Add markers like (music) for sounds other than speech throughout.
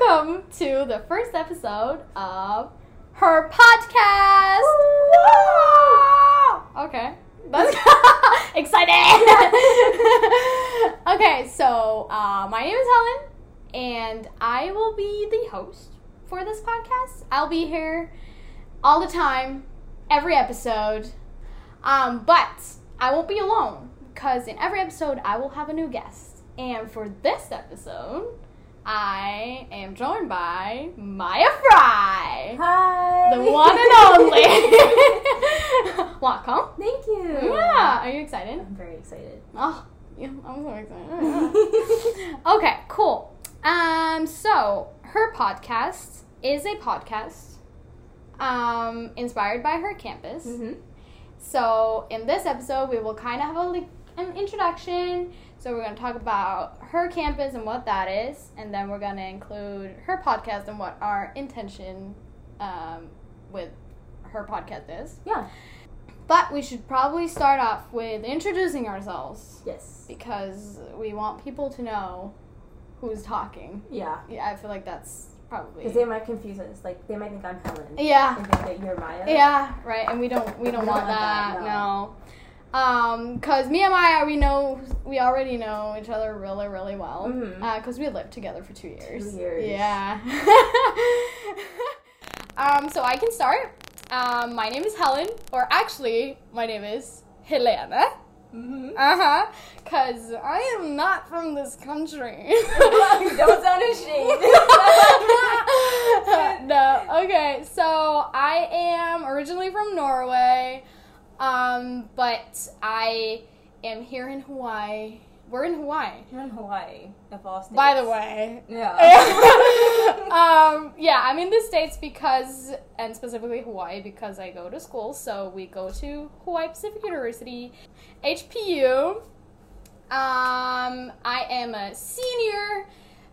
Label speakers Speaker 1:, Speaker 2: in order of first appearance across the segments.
Speaker 1: to the first episode of her podcast. Okay. That's (laughs) excited. (laughs) okay, so uh, my name is Helen, and I will be the host for this podcast. I'll be here all the time, every episode. Um, but I won't be alone because in every episode I will have a new guest. And for this episode, I am joined by Maya Fry,
Speaker 2: Hi.
Speaker 1: the
Speaker 2: (laughs)
Speaker 1: one (laughs) and only. Welcome.
Speaker 2: Thank you.
Speaker 1: Yeah, are you excited?
Speaker 2: I'm very excited.
Speaker 1: Oh, yeah, I'm so excited. (laughs) okay, cool. Um, so her podcast is a podcast, um, inspired by her campus.
Speaker 2: Mhm.
Speaker 1: So in this episode, we will kind of have a like an introduction. So we're gonna talk about her campus and what that is, and then we're gonna include her podcast and what our intention, um, with her podcast is.
Speaker 2: Yeah.
Speaker 1: But we should probably start off with introducing ourselves
Speaker 2: Yes.
Speaker 1: because we want people to know who's talking.
Speaker 2: Yeah.
Speaker 1: Yeah, I feel like that's
Speaker 2: Because
Speaker 1: probably
Speaker 2: they might confuse us. Like they might think I'm Helen
Speaker 1: yeah,
Speaker 2: and think that you're Maya.
Speaker 1: yeah, right. And we don't we don't want that. No, um, cause me and Maya, we know we already know each other really really well.
Speaker 2: Mhm.
Speaker 1: Uh, cause we lived together for two years.
Speaker 2: Two years.
Speaker 1: Yeah. (laughs) um, so I can start. Um, my name is Helen, or actually, my name is Helena.
Speaker 2: Mm-hmm. (laughs)
Speaker 1: Uh huh. Cause I am not from this (laughs) country.
Speaker 2: Don't sound ashamed.
Speaker 1: (laughs) no. Okay. So I am originally from Norway, um, but I am here in Hawaii. We're in Hawaii,
Speaker 2: you're in Hawaii, of all states.
Speaker 1: by the way. (laughs)
Speaker 2: Yeah.
Speaker 1: um, yeah, I'm in the States because, and specifically Hawaii, because I go to school. So we go to Hawaii Pacific University, HPU. Um, I am a senior,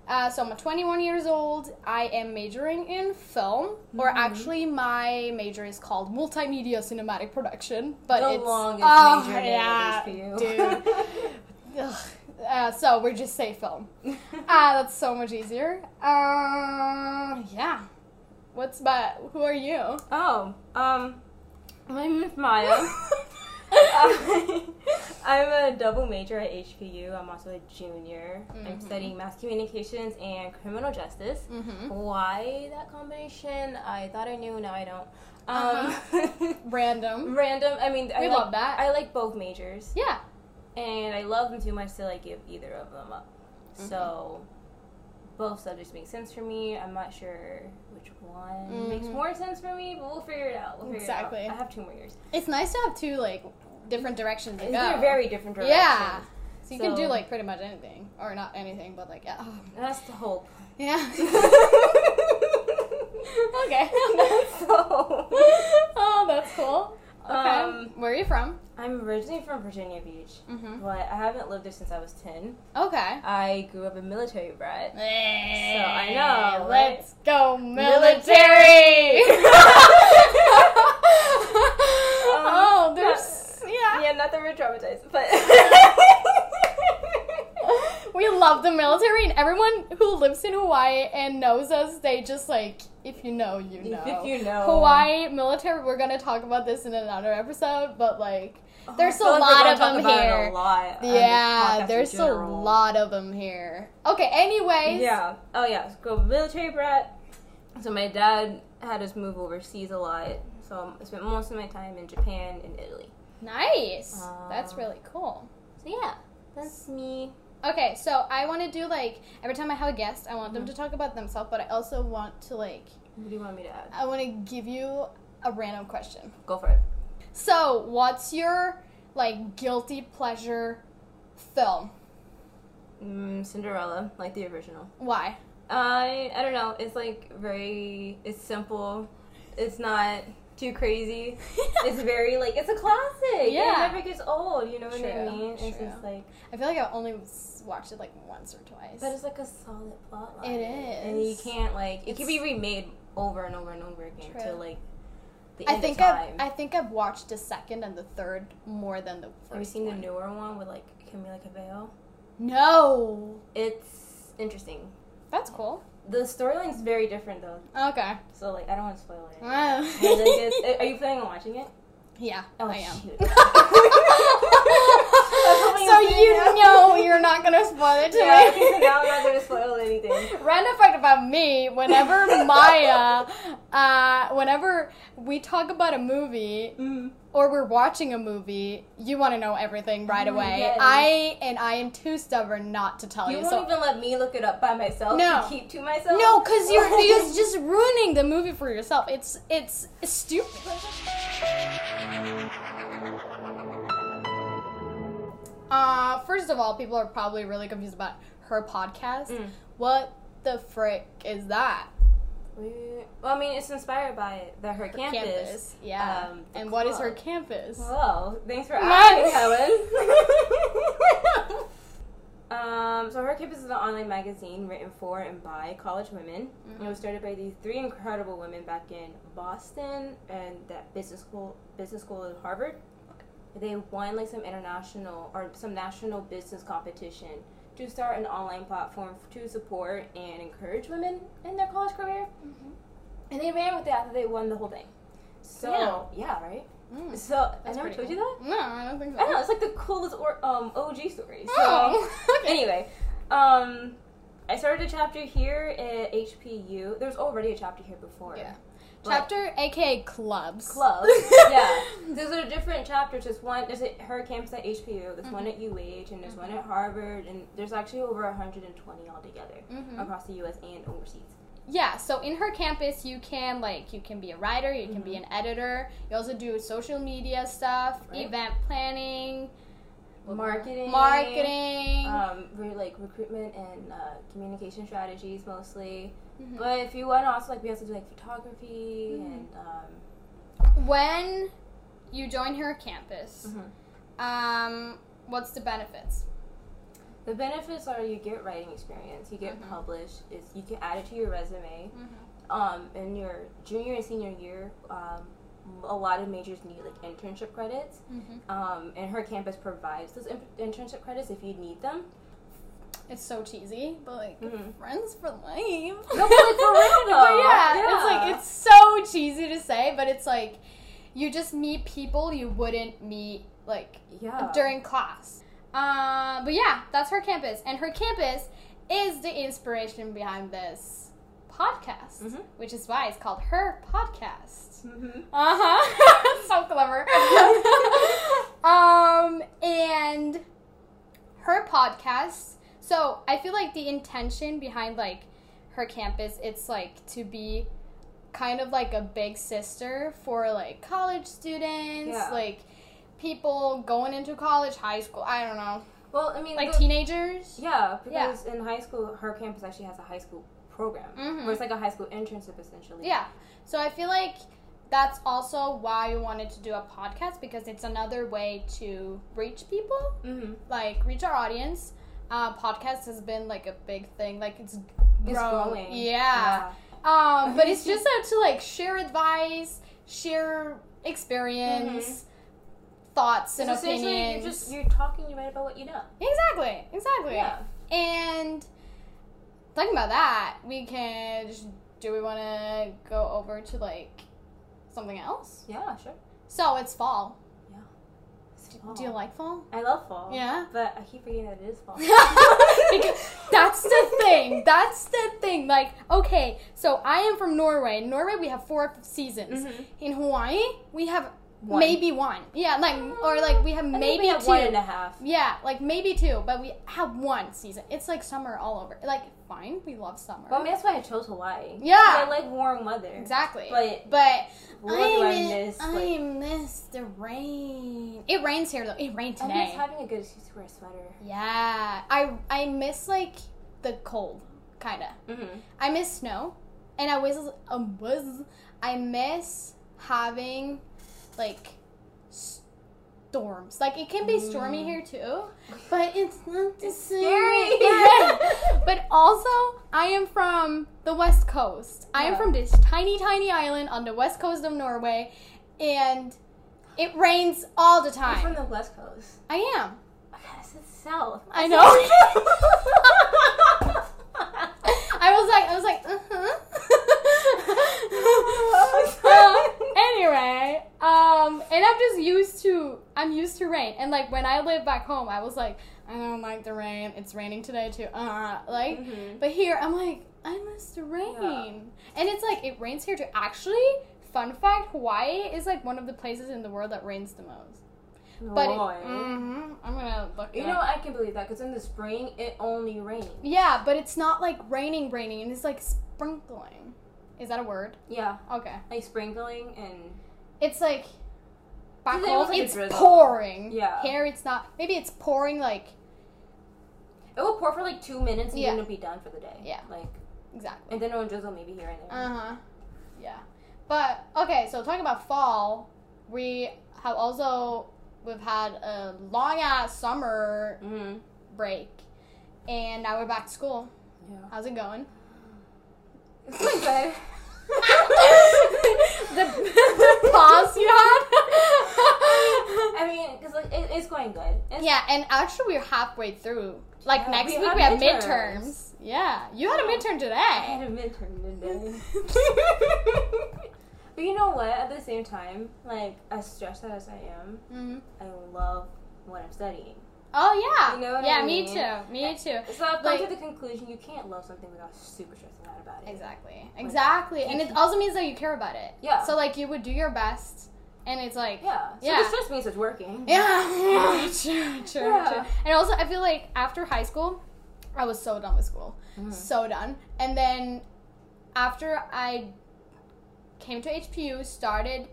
Speaker 1: uh, so I'm 21 years old. I am majoring in film, or
Speaker 2: Mm-hmm.
Speaker 1: actually, my major is called multimedia cinematic production. But
Speaker 2: the
Speaker 1: it's
Speaker 2: longest
Speaker 1: oh,
Speaker 2: major
Speaker 1: yeah,
Speaker 2: name
Speaker 1: dude.
Speaker 2: (laughs)
Speaker 1: Ugh. Uh, so we're just say film.
Speaker 2: dude.
Speaker 1: Ah, that's so much easier. Um, yeah. What's but who are you?
Speaker 2: oh, um, my
Speaker 1: (laughs)
Speaker 2: name is Maya. Um, (laughs) I'm a double major at HPU. I'm also a junior.
Speaker 1: Mm-hmm.
Speaker 2: I'm studying mass communications and criminal justice.
Speaker 1: Mhm.
Speaker 2: Why that combination? I thought I knew, now I don't. Um,
Speaker 1: Uh-huh. Random.
Speaker 2: (laughs) random. I mean, I
Speaker 1: We
Speaker 2: like,
Speaker 1: love that.
Speaker 2: I like both majors,
Speaker 1: Yeah.
Speaker 2: and I love them too much to like give either of them up.
Speaker 1: Mm-hmm.
Speaker 2: So both subjects make sense for me. I'm not sure which one makes
Speaker 1: Mhm.
Speaker 2: more sense for me, but we'll figure it out. We'll figure
Speaker 1: Exactly.
Speaker 2: It out. I have two more years.
Speaker 1: It's nice to have two like different directions to
Speaker 2: And
Speaker 1: go.
Speaker 2: They're very different directions.
Speaker 1: yeah. So you can do
Speaker 2: So-
Speaker 1: like pretty much anything, or not anything, but like yeah.
Speaker 2: (laughs)
Speaker 1: Oh,
Speaker 2: And That's the
Speaker 1: (laughs)
Speaker 2: hope.
Speaker 1: yeah.
Speaker 2: (laughs) okay. That's the hope.
Speaker 1: oh, that's cool. (laughs) Okay.
Speaker 2: Um,
Speaker 1: Where are you from?
Speaker 2: I'm originally from Virginia Beach,
Speaker 1: Mm-hmm.
Speaker 2: but I haven't lived there since I was 10.
Speaker 1: Okay.
Speaker 2: I grew up a military brat.
Speaker 1: So I
Speaker 2: know, right?
Speaker 1: Let's go
Speaker 2: (laughs)
Speaker 1: military. (laughs) oh, there's yeah.
Speaker 2: Yeah, not Um, that we're
Speaker 1: (laughs)
Speaker 2: traumatized, but.
Speaker 1: We love the military, and everyone who lives in Hawaii and knows us, they just like, if you know, you
Speaker 2: If-
Speaker 1: know.
Speaker 2: if you know.
Speaker 1: Hawaii military. We're gonna talk about this in another episode, but like, there's
Speaker 2: Oh, I
Speaker 1: a
Speaker 2: feel like we're
Speaker 1: lot
Speaker 2: gonna
Speaker 1: of
Speaker 2: talk
Speaker 1: them
Speaker 2: about it
Speaker 1: here.
Speaker 2: A lot on the podcast
Speaker 1: yeah,
Speaker 2: in
Speaker 1: there's a
Speaker 2: general.
Speaker 1: lot of them here. Okay. Anyways.
Speaker 2: Yeah. Oh yeah. So go military brat. So my dad had us move overseas a lot. So um, I spent most of my time in Japan and Italy.
Speaker 1: Nice.
Speaker 2: Uh,
Speaker 1: That's really cool.
Speaker 2: So yeah, that's me.
Speaker 1: Okay, so I want to do like every time I have a guest, I want them to talk about themselves, but I also want to like
Speaker 2: What do you want me to add?
Speaker 1: I want to give you a random question.
Speaker 2: Go for it.
Speaker 1: So, what's your like guilty pleasure film?
Speaker 2: Mm, Cinderella, like the original. (laughs)
Speaker 1: Why? (laughs)
Speaker 2: I I don't know. It's like very. It's simple. It's not too crazy. It's very like it's a classic.
Speaker 1: Yeah.
Speaker 2: It never gets old. You know what I
Speaker 1: True,
Speaker 2: mean? It's
Speaker 1: true.
Speaker 2: just like,
Speaker 1: I feel like I only s- watched it like once or twice.
Speaker 2: but it's like a solid plot line.
Speaker 1: It
Speaker 2: and you
Speaker 1: is.
Speaker 2: can't like it
Speaker 1: It's-
Speaker 2: can be remade over and over and over again
Speaker 1: True.
Speaker 2: to like the
Speaker 1: I
Speaker 2: end
Speaker 1: think
Speaker 2: of
Speaker 1: I've
Speaker 2: time.
Speaker 1: I think I've watched the second and the third more than the first.
Speaker 2: Have you seen
Speaker 1: one.
Speaker 2: the newer one with like Camila Cabello?
Speaker 1: No,
Speaker 2: It's interesting.
Speaker 1: that's cool.
Speaker 2: The storyline's very different though,
Speaker 1: Okay.
Speaker 2: so like (laughs) I don't want to spoil it.
Speaker 1: Oh.
Speaker 2: And, like, it's- are you planning on watching it?
Speaker 1: (laughs) yeah,
Speaker 2: Oh,
Speaker 1: I am. (laughs)
Speaker 2: shoot.
Speaker 1: so you know you're not gonna spoil it to
Speaker 2: (laughs) Yeah, okay, so
Speaker 1: me.
Speaker 2: now I'm not gonna spoil anything.
Speaker 1: Random fact about me: Whenever Maya, uh, whenever we talk about a movie
Speaker 2: Mm-hmm.
Speaker 1: or we're watching a movie, you want to know everything right
Speaker 2: Mm,
Speaker 1: away.
Speaker 2: yes.
Speaker 1: I and I am too stubborn not to tell
Speaker 2: You
Speaker 1: you.
Speaker 2: won't
Speaker 1: so
Speaker 2: even let me look it up by myself
Speaker 1: No.
Speaker 2: to keep to myself.
Speaker 1: no, because you're (laughs) you're just ruining the movie for yourself. It's it's stupid. Uh, first of all, people are probably really confused about her podcast.
Speaker 2: Mm.
Speaker 1: What the frick is that?
Speaker 2: We- Well, I mean, it's inspired by the her campus.
Speaker 1: Yeah.
Speaker 2: um,
Speaker 1: and what is her
Speaker 2: club.
Speaker 1: campus?
Speaker 2: Well, thanks for asking,
Speaker 1: Nice. (laughs)
Speaker 2: Helen. um, so her campus is an online magazine written for and by college women. It
Speaker 1: Mm-hmm.
Speaker 2: was started by these three incredible women back in Boston and that business school, business school at Harvard. They won like some international or some national business competition to start an online platform to support and encourage women in their college career. And they ran with it after they won the whole thing. So
Speaker 1: Yeah.
Speaker 2: yeah right.
Speaker 1: Mm.
Speaker 2: So
Speaker 1: That's
Speaker 2: I never
Speaker 1: pretty
Speaker 2: told
Speaker 1: cool.
Speaker 2: you that.
Speaker 1: No, I don't think so.
Speaker 2: I know it's like the coolest or, um, OG story. So
Speaker 1: Oh, (laughs) okay.
Speaker 2: anyway, um, I started a chapter here at HPU. There was already a chapter here before.
Speaker 1: Yeah.
Speaker 2: but-
Speaker 1: Chapter, aka clubs. (laughs)
Speaker 2: Clubs. yeah. There's a different chapter. Just one. There's a, her campus at HPU. There's
Speaker 1: Mm-hmm.
Speaker 2: one at UH, and there's one at Harvard, and there's actually over 120 altogether
Speaker 1: Mhm.
Speaker 2: across the U.S. and overseas.
Speaker 1: yeah so in her campus you can like you can be a writer you can
Speaker 2: Mm-hmm.
Speaker 1: be an editor you also do social media stuff
Speaker 2: Right.
Speaker 1: event planning
Speaker 2: Marketing.
Speaker 1: marketing
Speaker 2: Um, re- like recruitment and uh, communication strategies mostly.
Speaker 1: Mhm.
Speaker 2: But if you want to also like we also do like photography
Speaker 1: Mm-hmm.
Speaker 2: and um,
Speaker 1: when you join her campus
Speaker 2: Mm-hmm.
Speaker 1: um, what's the benefits
Speaker 2: the benefits are you get writing experience, you
Speaker 1: Mm-hmm.
Speaker 2: get published, is you can add it to your resume. Um, in your junior and senior year, um, a lot of majors need like internship credits. Um, and her campus provides those in- internship credits if you need them.
Speaker 1: it's so cheesy but like
Speaker 2: Mhm.
Speaker 1: friends for life
Speaker 2: No, but, like, for real,
Speaker 1: (laughs) But
Speaker 2: though.
Speaker 1: yeah, it's
Speaker 2: Yeah.
Speaker 1: like it's so cheesy to say but it's like you just meet people you wouldn't meet like
Speaker 2: Yeah.
Speaker 1: during class. Uh, but yeah, that's her campus, and her campus is the inspiration behind this podcast,
Speaker 2: Mhm.
Speaker 1: which is why it's called her podcast.
Speaker 2: hmm
Speaker 1: Uh huh. (laughs) so
Speaker 2: (laughs)
Speaker 1: clever. um, and her podcast. So I feel like the intention behind like her campus, it's like to be kind of like a big sister for like college students,
Speaker 2: Yeah.
Speaker 1: like people going into college, high school. I don't know,
Speaker 2: Well, I mean,
Speaker 1: like
Speaker 2: the-
Speaker 1: teenagers.
Speaker 2: Yeah,
Speaker 1: Yeah.
Speaker 2: because in high school, her campus actually has a high school program,
Speaker 1: Mhm.
Speaker 2: where it's like a high school internship essentially.
Speaker 1: Yeah. So I feel like that's also why we wanted to do a podcast because it's another way to reach people,
Speaker 2: Mm-hmm.
Speaker 1: like reach our audience. Uh, podcast has been like a big thing, like it's
Speaker 2: It's
Speaker 1: grown.
Speaker 2: growing.
Speaker 1: Yeah. Um, but it's just uh, to like share advice, share experience, thoughts and
Speaker 2: Mm-hmm. It's essentially
Speaker 1: opinions.
Speaker 2: you're just you're talking you write about what you know.
Speaker 1: Exactly. Exactly.
Speaker 2: Yeah.
Speaker 1: And talking about that, we can. Just, do we want to go over to like something else?
Speaker 2: Yeah, sure.
Speaker 1: So it's fall.
Speaker 2: It's
Speaker 1: Do you
Speaker 2: fall.
Speaker 1: like fall?
Speaker 2: I love fall.
Speaker 1: Yeah.
Speaker 2: But I keep forgetting that it is (laughs) fall.
Speaker 1: because that's the thing. That's the thing. Like, okay, so I am from Norway. In Norway, we have four seasons.
Speaker 2: Mhm.
Speaker 1: In Hawaii, we have
Speaker 2: One.
Speaker 1: maybe one. Yeah, like or like we have
Speaker 2: I think
Speaker 1: maybe
Speaker 2: we have
Speaker 1: two.
Speaker 2: one and a half.
Speaker 1: Yeah, like maybe two, but we have one season. It's like summer all over. Like, fine, we love summer.
Speaker 2: Well, I mean, that's why I chose Hawaii.
Speaker 1: Yeah.
Speaker 2: 'Cause I like warm weather.
Speaker 1: exactly.
Speaker 2: But
Speaker 1: But
Speaker 2: what do I
Speaker 1: mi-
Speaker 2: miss?
Speaker 1: I
Speaker 2: Like,
Speaker 1: miss the rain. It rains here though. It rained
Speaker 2: I
Speaker 1: today.
Speaker 2: miss having a good excuse to wear a sweater.
Speaker 1: yeah, I I miss like the cold, kinda.
Speaker 2: Mm-hmm.
Speaker 1: I miss snow, and I was um, was I miss having like storms. Like it can be stormy here too, Mm. but it's not the same.
Speaker 2: scary.
Speaker 1: Yeah. (laughs) but also, I am from the west coast. I am
Speaker 2: Yeah.
Speaker 1: from this tiny, tiny island on the west coast of Norway, and it rains all the
Speaker 2: I'm from
Speaker 1: time.
Speaker 2: the West Coast.
Speaker 1: I am.
Speaker 2: I gotta sit south.
Speaker 1: I know.
Speaker 2: I
Speaker 1: (laughs) I was like, I was like, uh (laughs) huh. Uh, anyway, um, and I'm just used to, I'm used to rain, and like when I lived back home, I was like, I don't like the rain. It's raining today too. Uh, like,
Speaker 2: Mhm.
Speaker 1: but here I'm like, I missed the rain, and it's like it rains here too. Actually, fun fact: Hawaii is like one of the places in the world that rains the most. But it,
Speaker 2: Why?
Speaker 1: Mhm. I'm gonna look. it
Speaker 2: you
Speaker 1: up.
Speaker 2: know, I can believe that because in the spring it only rains.
Speaker 1: Yeah, but it's not like raining, raining. and It's like sprinkling. Is that a word?
Speaker 2: Yeah,
Speaker 1: Okay.
Speaker 2: like sprinkling and
Speaker 1: It's like back
Speaker 2: Today
Speaker 1: home.
Speaker 2: was like a
Speaker 1: it's
Speaker 2: drizzle.
Speaker 1: pouring.
Speaker 2: Yeah.
Speaker 1: Here it's not. Maybe it's pouring like
Speaker 2: it will pour for like two minutes and
Speaker 1: Yeah.
Speaker 2: then it'll be done for the day.
Speaker 1: Yeah.
Speaker 2: like
Speaker 1: exactly.
Speaker 2: and then it'll drizzle maybe here and there.
Speaker 1: Uh huh. Yeah. But okay, so talking about fall, we have also we've had a long ass summer
Speaker 2: mm
Speaker 1: break, and now we're back to school.
Speaker 2: (laughs) Yeah.
Speaker 1: How's it going? (laughs)
Speaker 2: It's my bed.
Speaker 1: the, the pause you had.
Speaker 2: I mean, because like, it, it's going good. It's,
Speaker 1: Yeah, and actually we're halfway through. Like
Speaker 2: Yeah,
Speaker 1: next
Speaker 2: we
Speaker 1: week
Speaker 2: have
Speaker 1: we have midterms.
Speaker 2: midterms. Oh.
Speaker 1: Yeah, you had a midterm
Speaker 2: I (laughs) had
Speaker 1: today.
Speaker 2: a midterm today.
Speaker 1: Mm-hmm.
Speaker 2: But you know what? At the same time, like as stressed out as I am,
Speaker 1: Mhm.
Speaker 2: I love what I'm studying.
Speaker 1: Oh yeah.
Speaker 2: You know what
Speaker 1: yeah,
Speaker 2: I
Speaker 1: me
Speaker 2: mean?
Speaker 1: too. Me too.
Speaker 2: So I've come
Speaker 1: Like-
Speaker 2: to the conclusion you can't love something without super stressing out about it.
Speaker 1: Exactly. Exactly. And it also means that you care about it.
Speaker 2: Yeah.
Speaker 1: So like you would do your best and it's like
Speaker 2: Yeah. So
Speaker 1: Yeah.
Speaker 2: the stress means it's working.
Speaker 1: Yeah. (laughs) true, true,
Speaker 2: Yeah.
Speaker 1: true. And also, I feel like after high school, I was so done with school.
Speaker 2: Mhm.
Speaker 1: So done. And then after I came to HPU, started,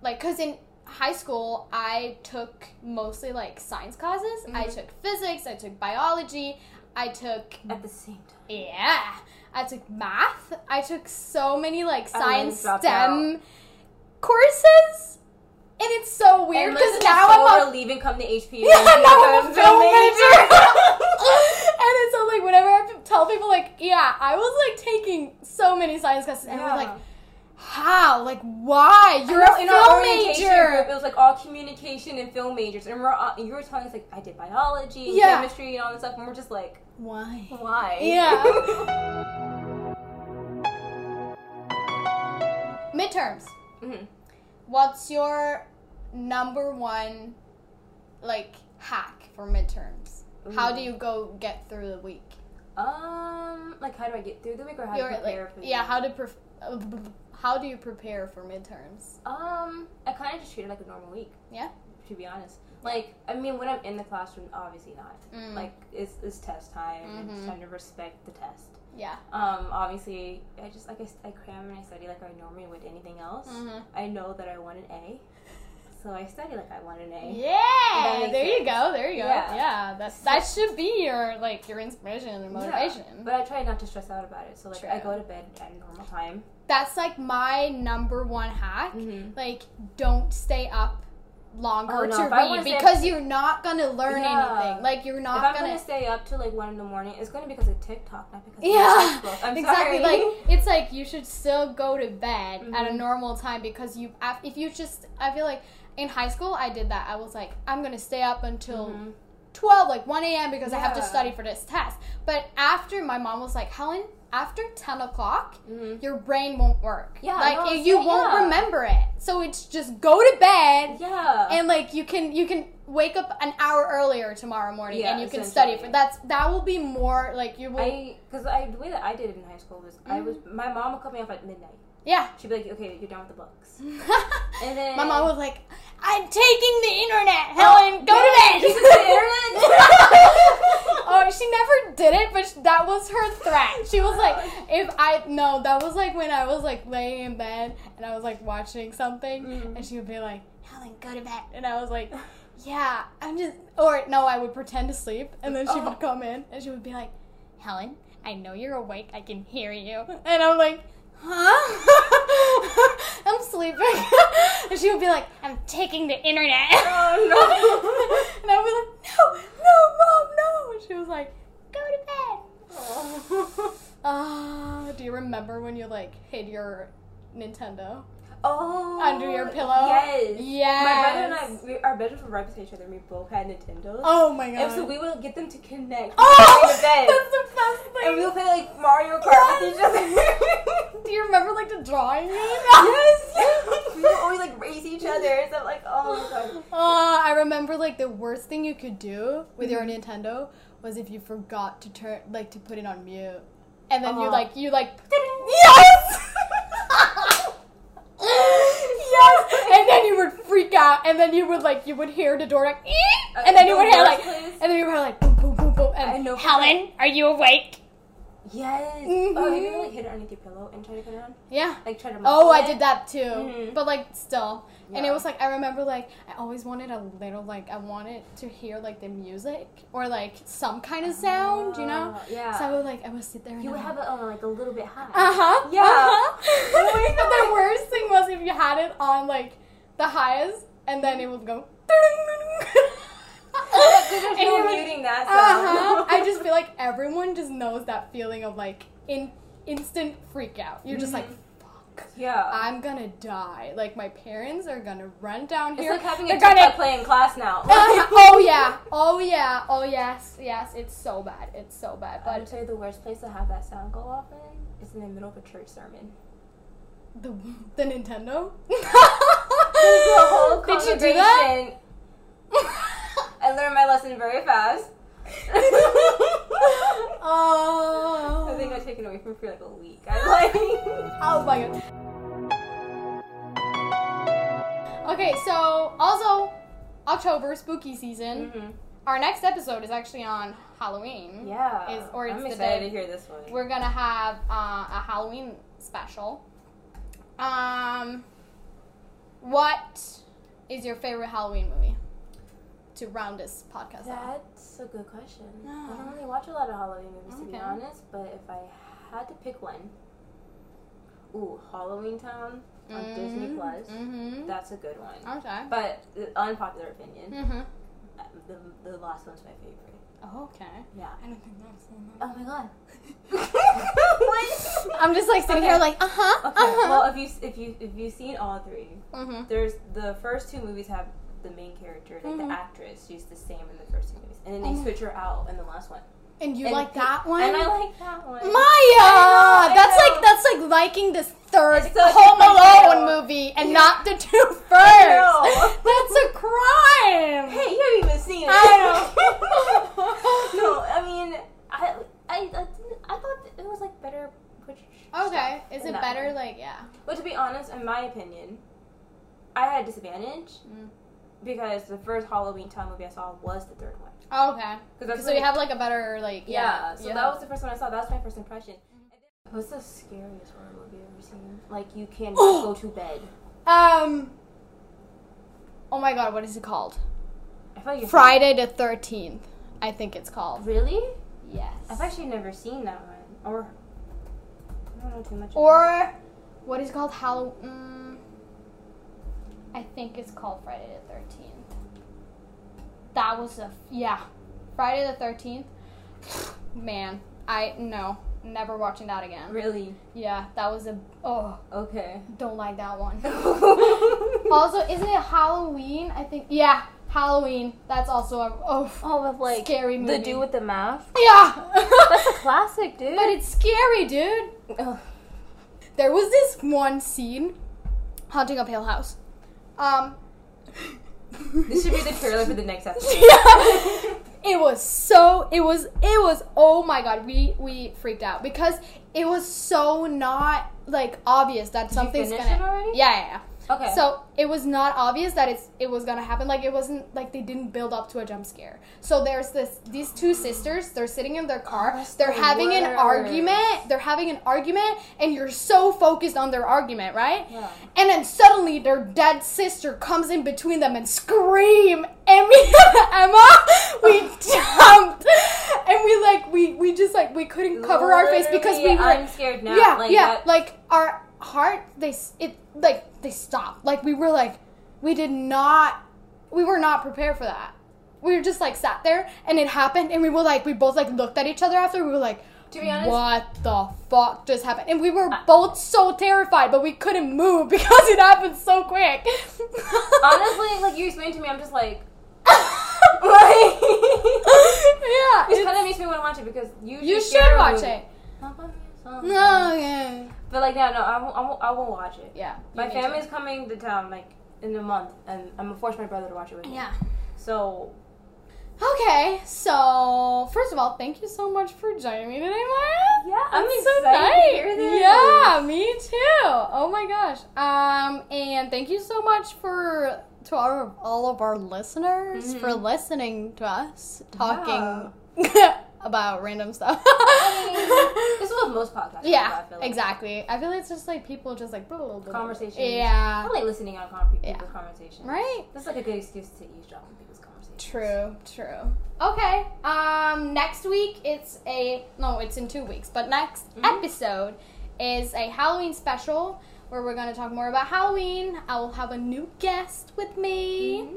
Speaker 1: like, because in high school, I took mostly, like, science classes. I
Speaker 2: Mhm.
Speaker 1: took physics, I took biology, I took,
Speaker 2: At the same time.
Speaker 1: yeah, I took math. I took so many, like,
Speaker 2: I really
Speaker 1: science
Speaker 2: dropped
Speaker 1: STEM courses. And it's so weird
Speaker 2: And
Speaker 1: because
Speaker 2: Liz is
Speaker 1: now
Speaker 2: so
Speaker 1: I'm a
Speaker 2: relieving come the HPU.
Speaker 1: (laughs) yeah,
Speaker 2: and
Speaker 1: now
Speaker 2: become
Speaker 1: I'm a film (laughs) major.
Speaker 2: (laughs) major.
Speaker 1: and it's so like whenever I have to tell people like, yeah, I was like taking so many science classes, and we're like,
Speaker 2: Yeah.
Speaker 1: how, like, why? You're
Speaker 2: No,
Speaker 1: a
Speaker 2: in our
Speaker 1: film
Speaker 2: orientation
Speaker 1: major.
Speaker 2: group, it was like all communication and film majors, and we're all, you were telling us like I did biology, and
Speaker 1: Yeah.
Speaker 2: chemistry, and all this stuff, and we're just like,
Speaker 1: Why?
Speaker 2: why? (laughs)
Speaker 1: Yeah. Midterms.
Speaker 2: Mhm.
Speaker 1: What's your number one, like, hack for midterms? How
Speaker 2: Ooh.
Speaker 1: do you go get through the week?
Speaker 2: Um, like how do I get through the week or how
Speaker 1: Your,
Speaker 2: to prepare
Speaker 1: like,
Speaker 2: for the
Speaker 1: yeah,
Speaker 2: week?
Speaker 1: how to pref- uh, b- b- how do you prepare for midterms?
Speaker 2: Um, I kind of just treat it like a normal week.
Speaker 1: Yeah.
Speaker 2: To be honest, like I mean, when I'm in the classroom, obviously not.
Speaker 1: Mm.
Speaker 2: Like it's, it's test time. and It's
Speaker 1: Mhm.
Speaker 2: time to respect the test.
Speaker 1: Yeah.
Speaker 2: Um, obviously, I just like I, s- I cram and I study like I normally would anything else.
Speaker 1: Mhm.
Speaker 2: I know that I want an A, so I study like I want an A.
Speaker 1: Yeah.
Speaker 2: makes
Speaker 1: There you
Speaker 2: sense.
Speaker 1: go. There you go.
Speaker 2: Yeah.
Speaker 1: Yeah. That's that should be your like your inspiration and
Speaker 2: Yeah.
Speaker 1: motivation.
Speaker 2: But I try not to stress out about it. So like I
Speaker 1: True.
Speaker 2: go to bed at a normal time.
Speaker 1: That's like my number one hack.
Speaker 2: Mhm.
Speaker 1: Like, don't stay up longer
Speaker 2: Oh, no,
Speaker 1: to
Speaker 2: if I wanna
Speaker 1: read
Speaker 2: stay up-
Speaker 1: because you're not gonna learn
Speaker 2: Yeah.
Speaker 1: anything. Like, you're
Speaker 2: if
Speaker 1: not
Speaker 2: I'm
Speaker 1: gonna. (laughs)
Speaker 2: gonna stay up till like one in the morning, it's gonna be because of TikTok, not because
Speaker 1: Yeah,
Speaker 2: of Facebook. I'm
Speaker 1: exactly.
Speaker 2: sorry. (laughs)
Speaker 1: Like it's like you should still go to bed at a
Speaker 2: Mhm.
Speaker 1: normal time because you af- if you just I feel like in high school I did that. I was like I'm gonna stay up until
Speaker 2: Mhm.
Speaker 1: twelve, like one a.m. because I have to
Speaker 2: Yeah.
Speaker 1: study for this test. But after my mom was like Helen, after ten o'clock.
Speaker 2: Mhm.
Speaker 1: Your brain won't work.
Speaker 2: Yeah,
Speaker 1: like
Speaker 2: no,
Speaker 1: you,
Speaker 2: it's
Speaker 1: you
Speaker 2: like-
Speaker 1: won't
Speaker 2: yeah.
Speaker 1: remember it. So it's just go to bed
Speaker 2: Yeah.
Speaker 1: and like you can you can wake up an hour earlier tomorrow morning
Speaker 2: Yeah,
Speaker 1: and you can study for
Speaker 2: essentially.
Speaker 1: that's that will be more like you will
Speaker 2: I, because I the way that I did it in high school was I was
Speaker 1: Mm-hmm.
Speaker 2: my mom would cut me off at midnight.
Speaker 1: yeah
Speaker 2: She'd be like, "Okay, you're done with the
Speaker 1: (laughs)
Speaker 2: books." (laughs)
Speaker 1: and
Speaker 2: then-
Speaker 1: my mom was like, "I'm taking the internet, Helen. Go to
Speaker 2: This
Speaker 1: bed."
Speaker 2: is the internet.
Speaker 1: (laughs) oh, she never did it, but sh- that was her threat. She was like, "If I no, that was like when I was like laying in bed and I was like watching something,
Speaker 2: Mhm.
Speaker 1: and she would be like, "Helen, go to bed," and I was like. Yeah, I'm just, or no, I would pretend to sleep, and then she
Speaker 2: Oh.
Speaker 1: would come in, and she would be like, "Helen, I know you're awake. I can hear you." And I'm like, "Huh? (laughs) I'm sleeping." and she would be like, "I'm taking the internet." (laughs)
Speaker 2: Oh,
Speaker 1: no! and I'd be like, "No, no, mom, no!" And she was like, "Go to bed."
Speaker 2: Oh. (laughs)
Speaker 1: Ah, do you remember when you like hid your Nintendo?
Speaker 2: Oh,
Speaker 1: under your pillow.
Speaker 2: Yes.
Speaker 1: Yes.
Speaker 2: My brother and I, we, our bedrooms were right beside each other. We both had Nintendos.
Speaker 1: Oh my god.
Speaker 2: And so we would get them to connect.
Speaker 1: Oh, (laughs)
Speaker 2: in the bed.
Speaker 1: that's the best thing.
Speaker 2: And we would play like Mario Kart with each other.
Speaker 1: (laughs) Do you remember like the drawing game? (laughs)
Speaker 2: (laughs) yes. we would always like race each other. So like, oh my god.
Speaker 1: Uh, I remember like the worst thing you could do with your
Speaker 2: Mm-hmm.
Speaker 1: Nintendo was if you forgot to turn like to put it on mute, and then you
Speaker 2: Uh-huh.
Speaker 1: like you like yes. Yes, and then you would freak out, and then you would like you would hear the door like, "Eek," and then you
Speaker 2: the
Speaker 1: would hear
Speaker 2: worst
Speaker 1: like,
Speaker 2: place.
Speaker 1: and then you would hear like, boom, boom, boom, boom,
Speaker 2: I
Speaker 1: and
Speaker 2: know-
Speaker 1: Helen, are you awake?
Speaker 2: Yes.
Speaker 1: Mhm.
Speaker 2: Oh, have you ever like hid it underneath your pillow and tried to turn it on?
Speaker 1: Yeah.
Speaker 2: Like try to.
Speaker 1: Oh,
Speaker 2: muffle
Speaker 1: I
Speaker 2: it?
Speaker 1: did that too.
Speaker 2: Mhm.
Speaker 1: But like still. And it
Speaker 2: Yeah.
Speaker 1: was like I remember like I always wanted a little like I wanted to hear like the music or like some kind of sound, you know?
Speaker 2: Oh, Yeah.
Speaker 1: So I would like I would sit there and
Speaker 2: you would
Speaker 1: I'm
Speaker 2: have
Speaker 1: like,
Speaker 2: it on like a little bit high.
Speaker 1: Uh-huh.
Speaker 2: Yeah.
Speaker 1: Uh-huh.
Speaker 2: Oh my
Speaker 1: (laughs) but the
Speaker 2: God.
Speaker 1: worst thing was if you had it on like the highest and then it would
Speaker 2: (laughs)
Speaker 1: go
Speaker 2: Because (laughs) Oh,
Speaker 1: (laughs)
Speaker 2: there's
Speaker 1: And
Speaker 2: no
Speaker 1: you would-
Speaker 2: muting that
Speaker 1: uh-huh.
Speaker 2: sound.
Speaker 1: I just feel like everyone just knows that feeling of like in instant freak out. You're just like
Speaker 2: Mhm.
Speaker 1: fuck.
Speaker 2: (laughs) Yeah.
Speaker 1: I'm gonna die. Like my parents are gonna run down
Speaker 2: it's
Speaker 1: here.
Speaker 2: like having a
Speaker 1: They're
Speaker 2: TikTok
Speaker 1: gonna-
Speaker 2: play in class now.
Speaker 1: Uh, (laughs) oh
Speaker 2: (laughs)
Speaker 1: yeah. Oh yeah. Oh yes. Yes. It's so bad. It's so bad.
Speaker 2: I would
Speaker 1: But
Speaker 2: say the worst place to have that sound go off in is in the middle of a
Speaker 1: (laughs)
Speaker 2: church sermon.
Speaker 1: the the
Speaker 2: (laughs)
Speaker 1: Nintendo.
Speaker 2: The whole
Speaker 1: Did you do that? (laughs)
Speaker 2: congregation- I learned my lesson very
Speaker 1: (laughs)
Speaker 2: fast. (laughs)
Speaker 1: oh.
Speaker 2: I think I was taken away from for like a week.
Speaker 1: (laughs)
Speaker 2: I'm like, (laughs)
Speaker 1: Oh my god. Okay, so also October spooky season.
Speaker 2: Mhm.
Speaker 1: Our next episode is actually on Halloween.
Speaker 2: yeah.
Speaker 1: Is- or
Speaker 2: I'm
Speaker 1: it's the
Speaker 2: excited
Speaker 1: day-
Speaker 2: to hear this one.
Speaker 1: We're gonna have uh, a Halloween special. Um, what is your favorite Halloween movie? To round this podcast out.
Speaker 2: That's a good question. I
Speaker 1: Yeah.
Speaker 2: don't really watch a lot of Halloween movies to be
Speaker 1: Okay.
Speaker 2: honest, but if I had to pick one, ooh, Halloween Town on Disney Plus.
Speaker 1: Mm-hmm.
Speaker 2: That's a good one.
Speaker 1: Okay.
Speaker 2: But uh, unpopular opinion,
Speaker 1: Mm-hmm.
Speaker 2: uh, the, the last one's my favorite.
Speaker 1: Okay.
Speaker 2: Yeah.
Speaker 1: I don't think that's the
Speaker 2: Oh my god.
Speaker 1: (laughs) I'm just like sitting
Speaker 2: Okay.
Speaker 1: here like, uh huh,
Speaker 2: Okay.
Speaker 1: (laughs) uh huh.
Speaker 2: Well, if you s- if you if you've seen all three,
Speaker 1: mm-hmm.
Speaker 2: there's the first two movies have the main character, like
Speaker 1: Mhm.
Speaker 2: the actress, she's the same in the first two movies, and then
Speaker 1: Oh
Speaker 2: they
Speaker 1: my-
Speaker 2: switch her out in the last one.
Speaker 1: And you
Speaker 2: And
Speaker 1: like
Speaker 2: pe-
Speaker 1: that one?
Speaker 2: And I like that one. I
Speaker 1: Maya,
Speaker 2: know, I
Speaker 1: that's
Speaker 2: know.
Speaker 1: like that's like liking the third
Speaker 2: It's such a
Speaker 1: Home
Speaker 2: good
Speaker 1: Alone
Speaker 2: deal.
Speaker 1: movie and not the two
Speaker 2: I
Speaker 1: first. (laughs) That's a crime.
Speaker 2: hey, you haven't even seen it.
Speaker 1: I know.
Speaker 2: (laughs) no, I mean, I I I, didn't- I thought it was like better. British
Speaker 1: Okay,
Speaker 2: stuff
Speaker 1: is
Speaker 2: in
Speaker 1: it
Speaker 2: that
Speaker 1: better?
Speaker 2: one.
Speaker 1: Like yeah.
Speaker 2: But to be honest, in my opinion, I had a disadvantage
Speaker 1: Mm.
Speaker 2: because the first Halloween Town movie I saw was the third one.
Speaker 1: Oh, Okay,
Speaker 2: Because
Speaker 1: so you have like a better like
Speaker 2: yeah,
Speaker 1: yeah. Mm-hmm.
Speaker 2: So that was the first one I saw. That was my first impression. What's the scariest horror movie I've ever seen? Like
Speaker 1: (gasps)
Speaker 2: you can't go to bed.
Speaker 1: um. Oh my god, what is it called?
Speaker 2: I feel like you're
Speaker 1: Friday the Thirteenth, I think it's called.
Speaker 2: Really?
Speaker 1: Yes.
Speaker 2: I've actually never seen that one. Or I don't know too much. about
Speaker 1: or what is called Halloween. I think it's called Friday the Thirteenth. That was a yeah, Friday the Thirteenth. (sighs) Man, I no, never watching that
Speaker 2: it.
Speaker 1: again.
Speaker 2: really
Speaker 1: Yeah, that was a oh, (laughs)
Speaker 2: okay.
Speaker 1: don't like that one.
Speaker 2: oh,
Speaker 1: also, isn't it Halloween? I think yeah, Halloween. That's also a oh
Speaker 2: with like
Speaker 1: scary movie.
Speaker 2: the dude with the mask.
Speaker 1: yeah,
Speaker 2: (laughs) That's a classic, dude.
Speaker 1: but it's scary, dude. there was this one scene, haunting of Hill House. Um,
Speaker 2: this should be the trailer for the next
Speaker 1: (laughs)
Speaker 2: episode.
Speaker 1: yeah. It was so. It was. It was. Oh my god. We we freaked out because it was so not like obvious that something's
Speaker 2: finish
Speaker 1: gonna.
Speaker 2: it already?
Speaker 1: Yeah, yeah. yeah.
Speaker 2: Okay.
Speaker 1: So it was not obvious that it's it was gonna happen. Like it wasn't like they didn't build up to a jump scare. So there's this these two sisters. They're sitting in their car.
Speaker 2: that's
Speaker 1: they're
Speaker 2: the
Speaker 1: having an
Speaker 2: worst.
Speaker 1: argument. They're having an argument, and you're so focused on their argument, right?
Speaker 2: Yeah.
Speaker 1: And then suddenly their dead sister comes in between them and scream. And me, (laughs) Emma,
Speaker 2: (laughs)
Speaker 1: we jumped, and we like we we just like we couldn't cover our face because we
Speaker 2: Literally,
Speaker 1: were
Speaker 2: I'm scared now.
Speaker 1: yeah,
Speaker 2: like,
Speaker 1: yeah.
Speaker 2: that-
Speaker 1: Like our heart, they s- it like they stopped. Like we were like, we did not, we were not prepared for that. We were just like sat there, and it happened, and we were like, we both like looked at each other after. We were like,
Speaker 2: To be honest,
Speaker 1: what the fuck just happened? And we were both so terrified, but we couldn't move (laughs) because it happened so quick.
Speaker 2: (laughs) honestly, like you explained to me, I'm just like, (laughs)
Speaker 1: (laughs) like, (laughs) yeah.
Speaker 2: it
Speaker 1: it's-
Speaker 2: kind of makes me want to watch it because usually
Speaker 1: You
Speaker 2: scary
Speaker 1: should watch
Speaker 2: movie-
Speaker 1: it.
Speaker 2: But
Speaker 1: No, yeah.
Speaker 2: like, yeah, no, I won't, I won't, I won't watch it.
Speaker 1: Yeah.
Speaker 2: My
Speaker 1: you need
Speaker 2: family's coming to town like in a month, and I'm gonna force my brother to watch it with
Speaker 1: to.
Speaker 2: me.
Speaker 1: Yeah.
Speaker 2: So
Speaker 1: Okay, so first of all, thank you so much for joining me today, Maya.
Speaker 2: yeah, I'm
Speaker 1: That's
Speaker 2: excited to hear this.
Speaker 1: Yeah, me too. Oh my gosh. Um, and thank you so much for to our, all of our listeners
Speaker 2: Mhm.
Speaker 1: for listening to us talking (laughs) about random stuff.
Speaker 2: this is what most podcasts.
Speaker 1: (laughs) yeah,
Speaker 2: are about, I feel like.
Speaker 1: exactly. I feel it's just like people just like blah, blah, blah, blah.
Speaker 2: Conversations. I
Speaker 1: Yeah,
Speaker 2: like listening on con- people's
Speaker 1: Yeah.
Speaker 2: conversations.
Speaker 1: right.
Speaker 2: That's like a good excuse to eavesdrop on people's conversations.
Speaker 1: True, true. Okay. Um next week it's a no, it's in 2 weeks, but next
Speaker 2: Mhm.
Speaker 1: episode is a Halloween special where we're going to talk more about Halloween. I will have a new guest with me.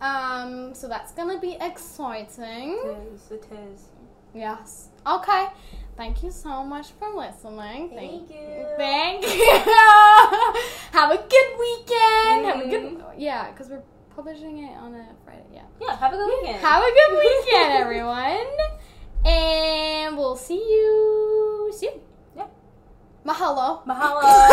Speaker 2: Mhm.
Speaker 1: Um so that's going to be exciting.
Speaker 2: Tis, it is.
Speaker 1: Yes. Okay. Thank you so much for listening.
Speaker 2: Thank you.
Speaker 1: Thank you. (laughs) have a good weekend. Have a good
Speaker 2: Mm-hmm.
Speaker 1: Yeah, cuz we're publishing it on a Friday. Yeah.
Speaker 2: Yeah, have a good weekend.
Speaker 1: Have a good weekend, everyone. And we'll see you soon.
Speaker 2: Yeah.
Speaker 1: Mahalo.
Speaker 2: Mahalo.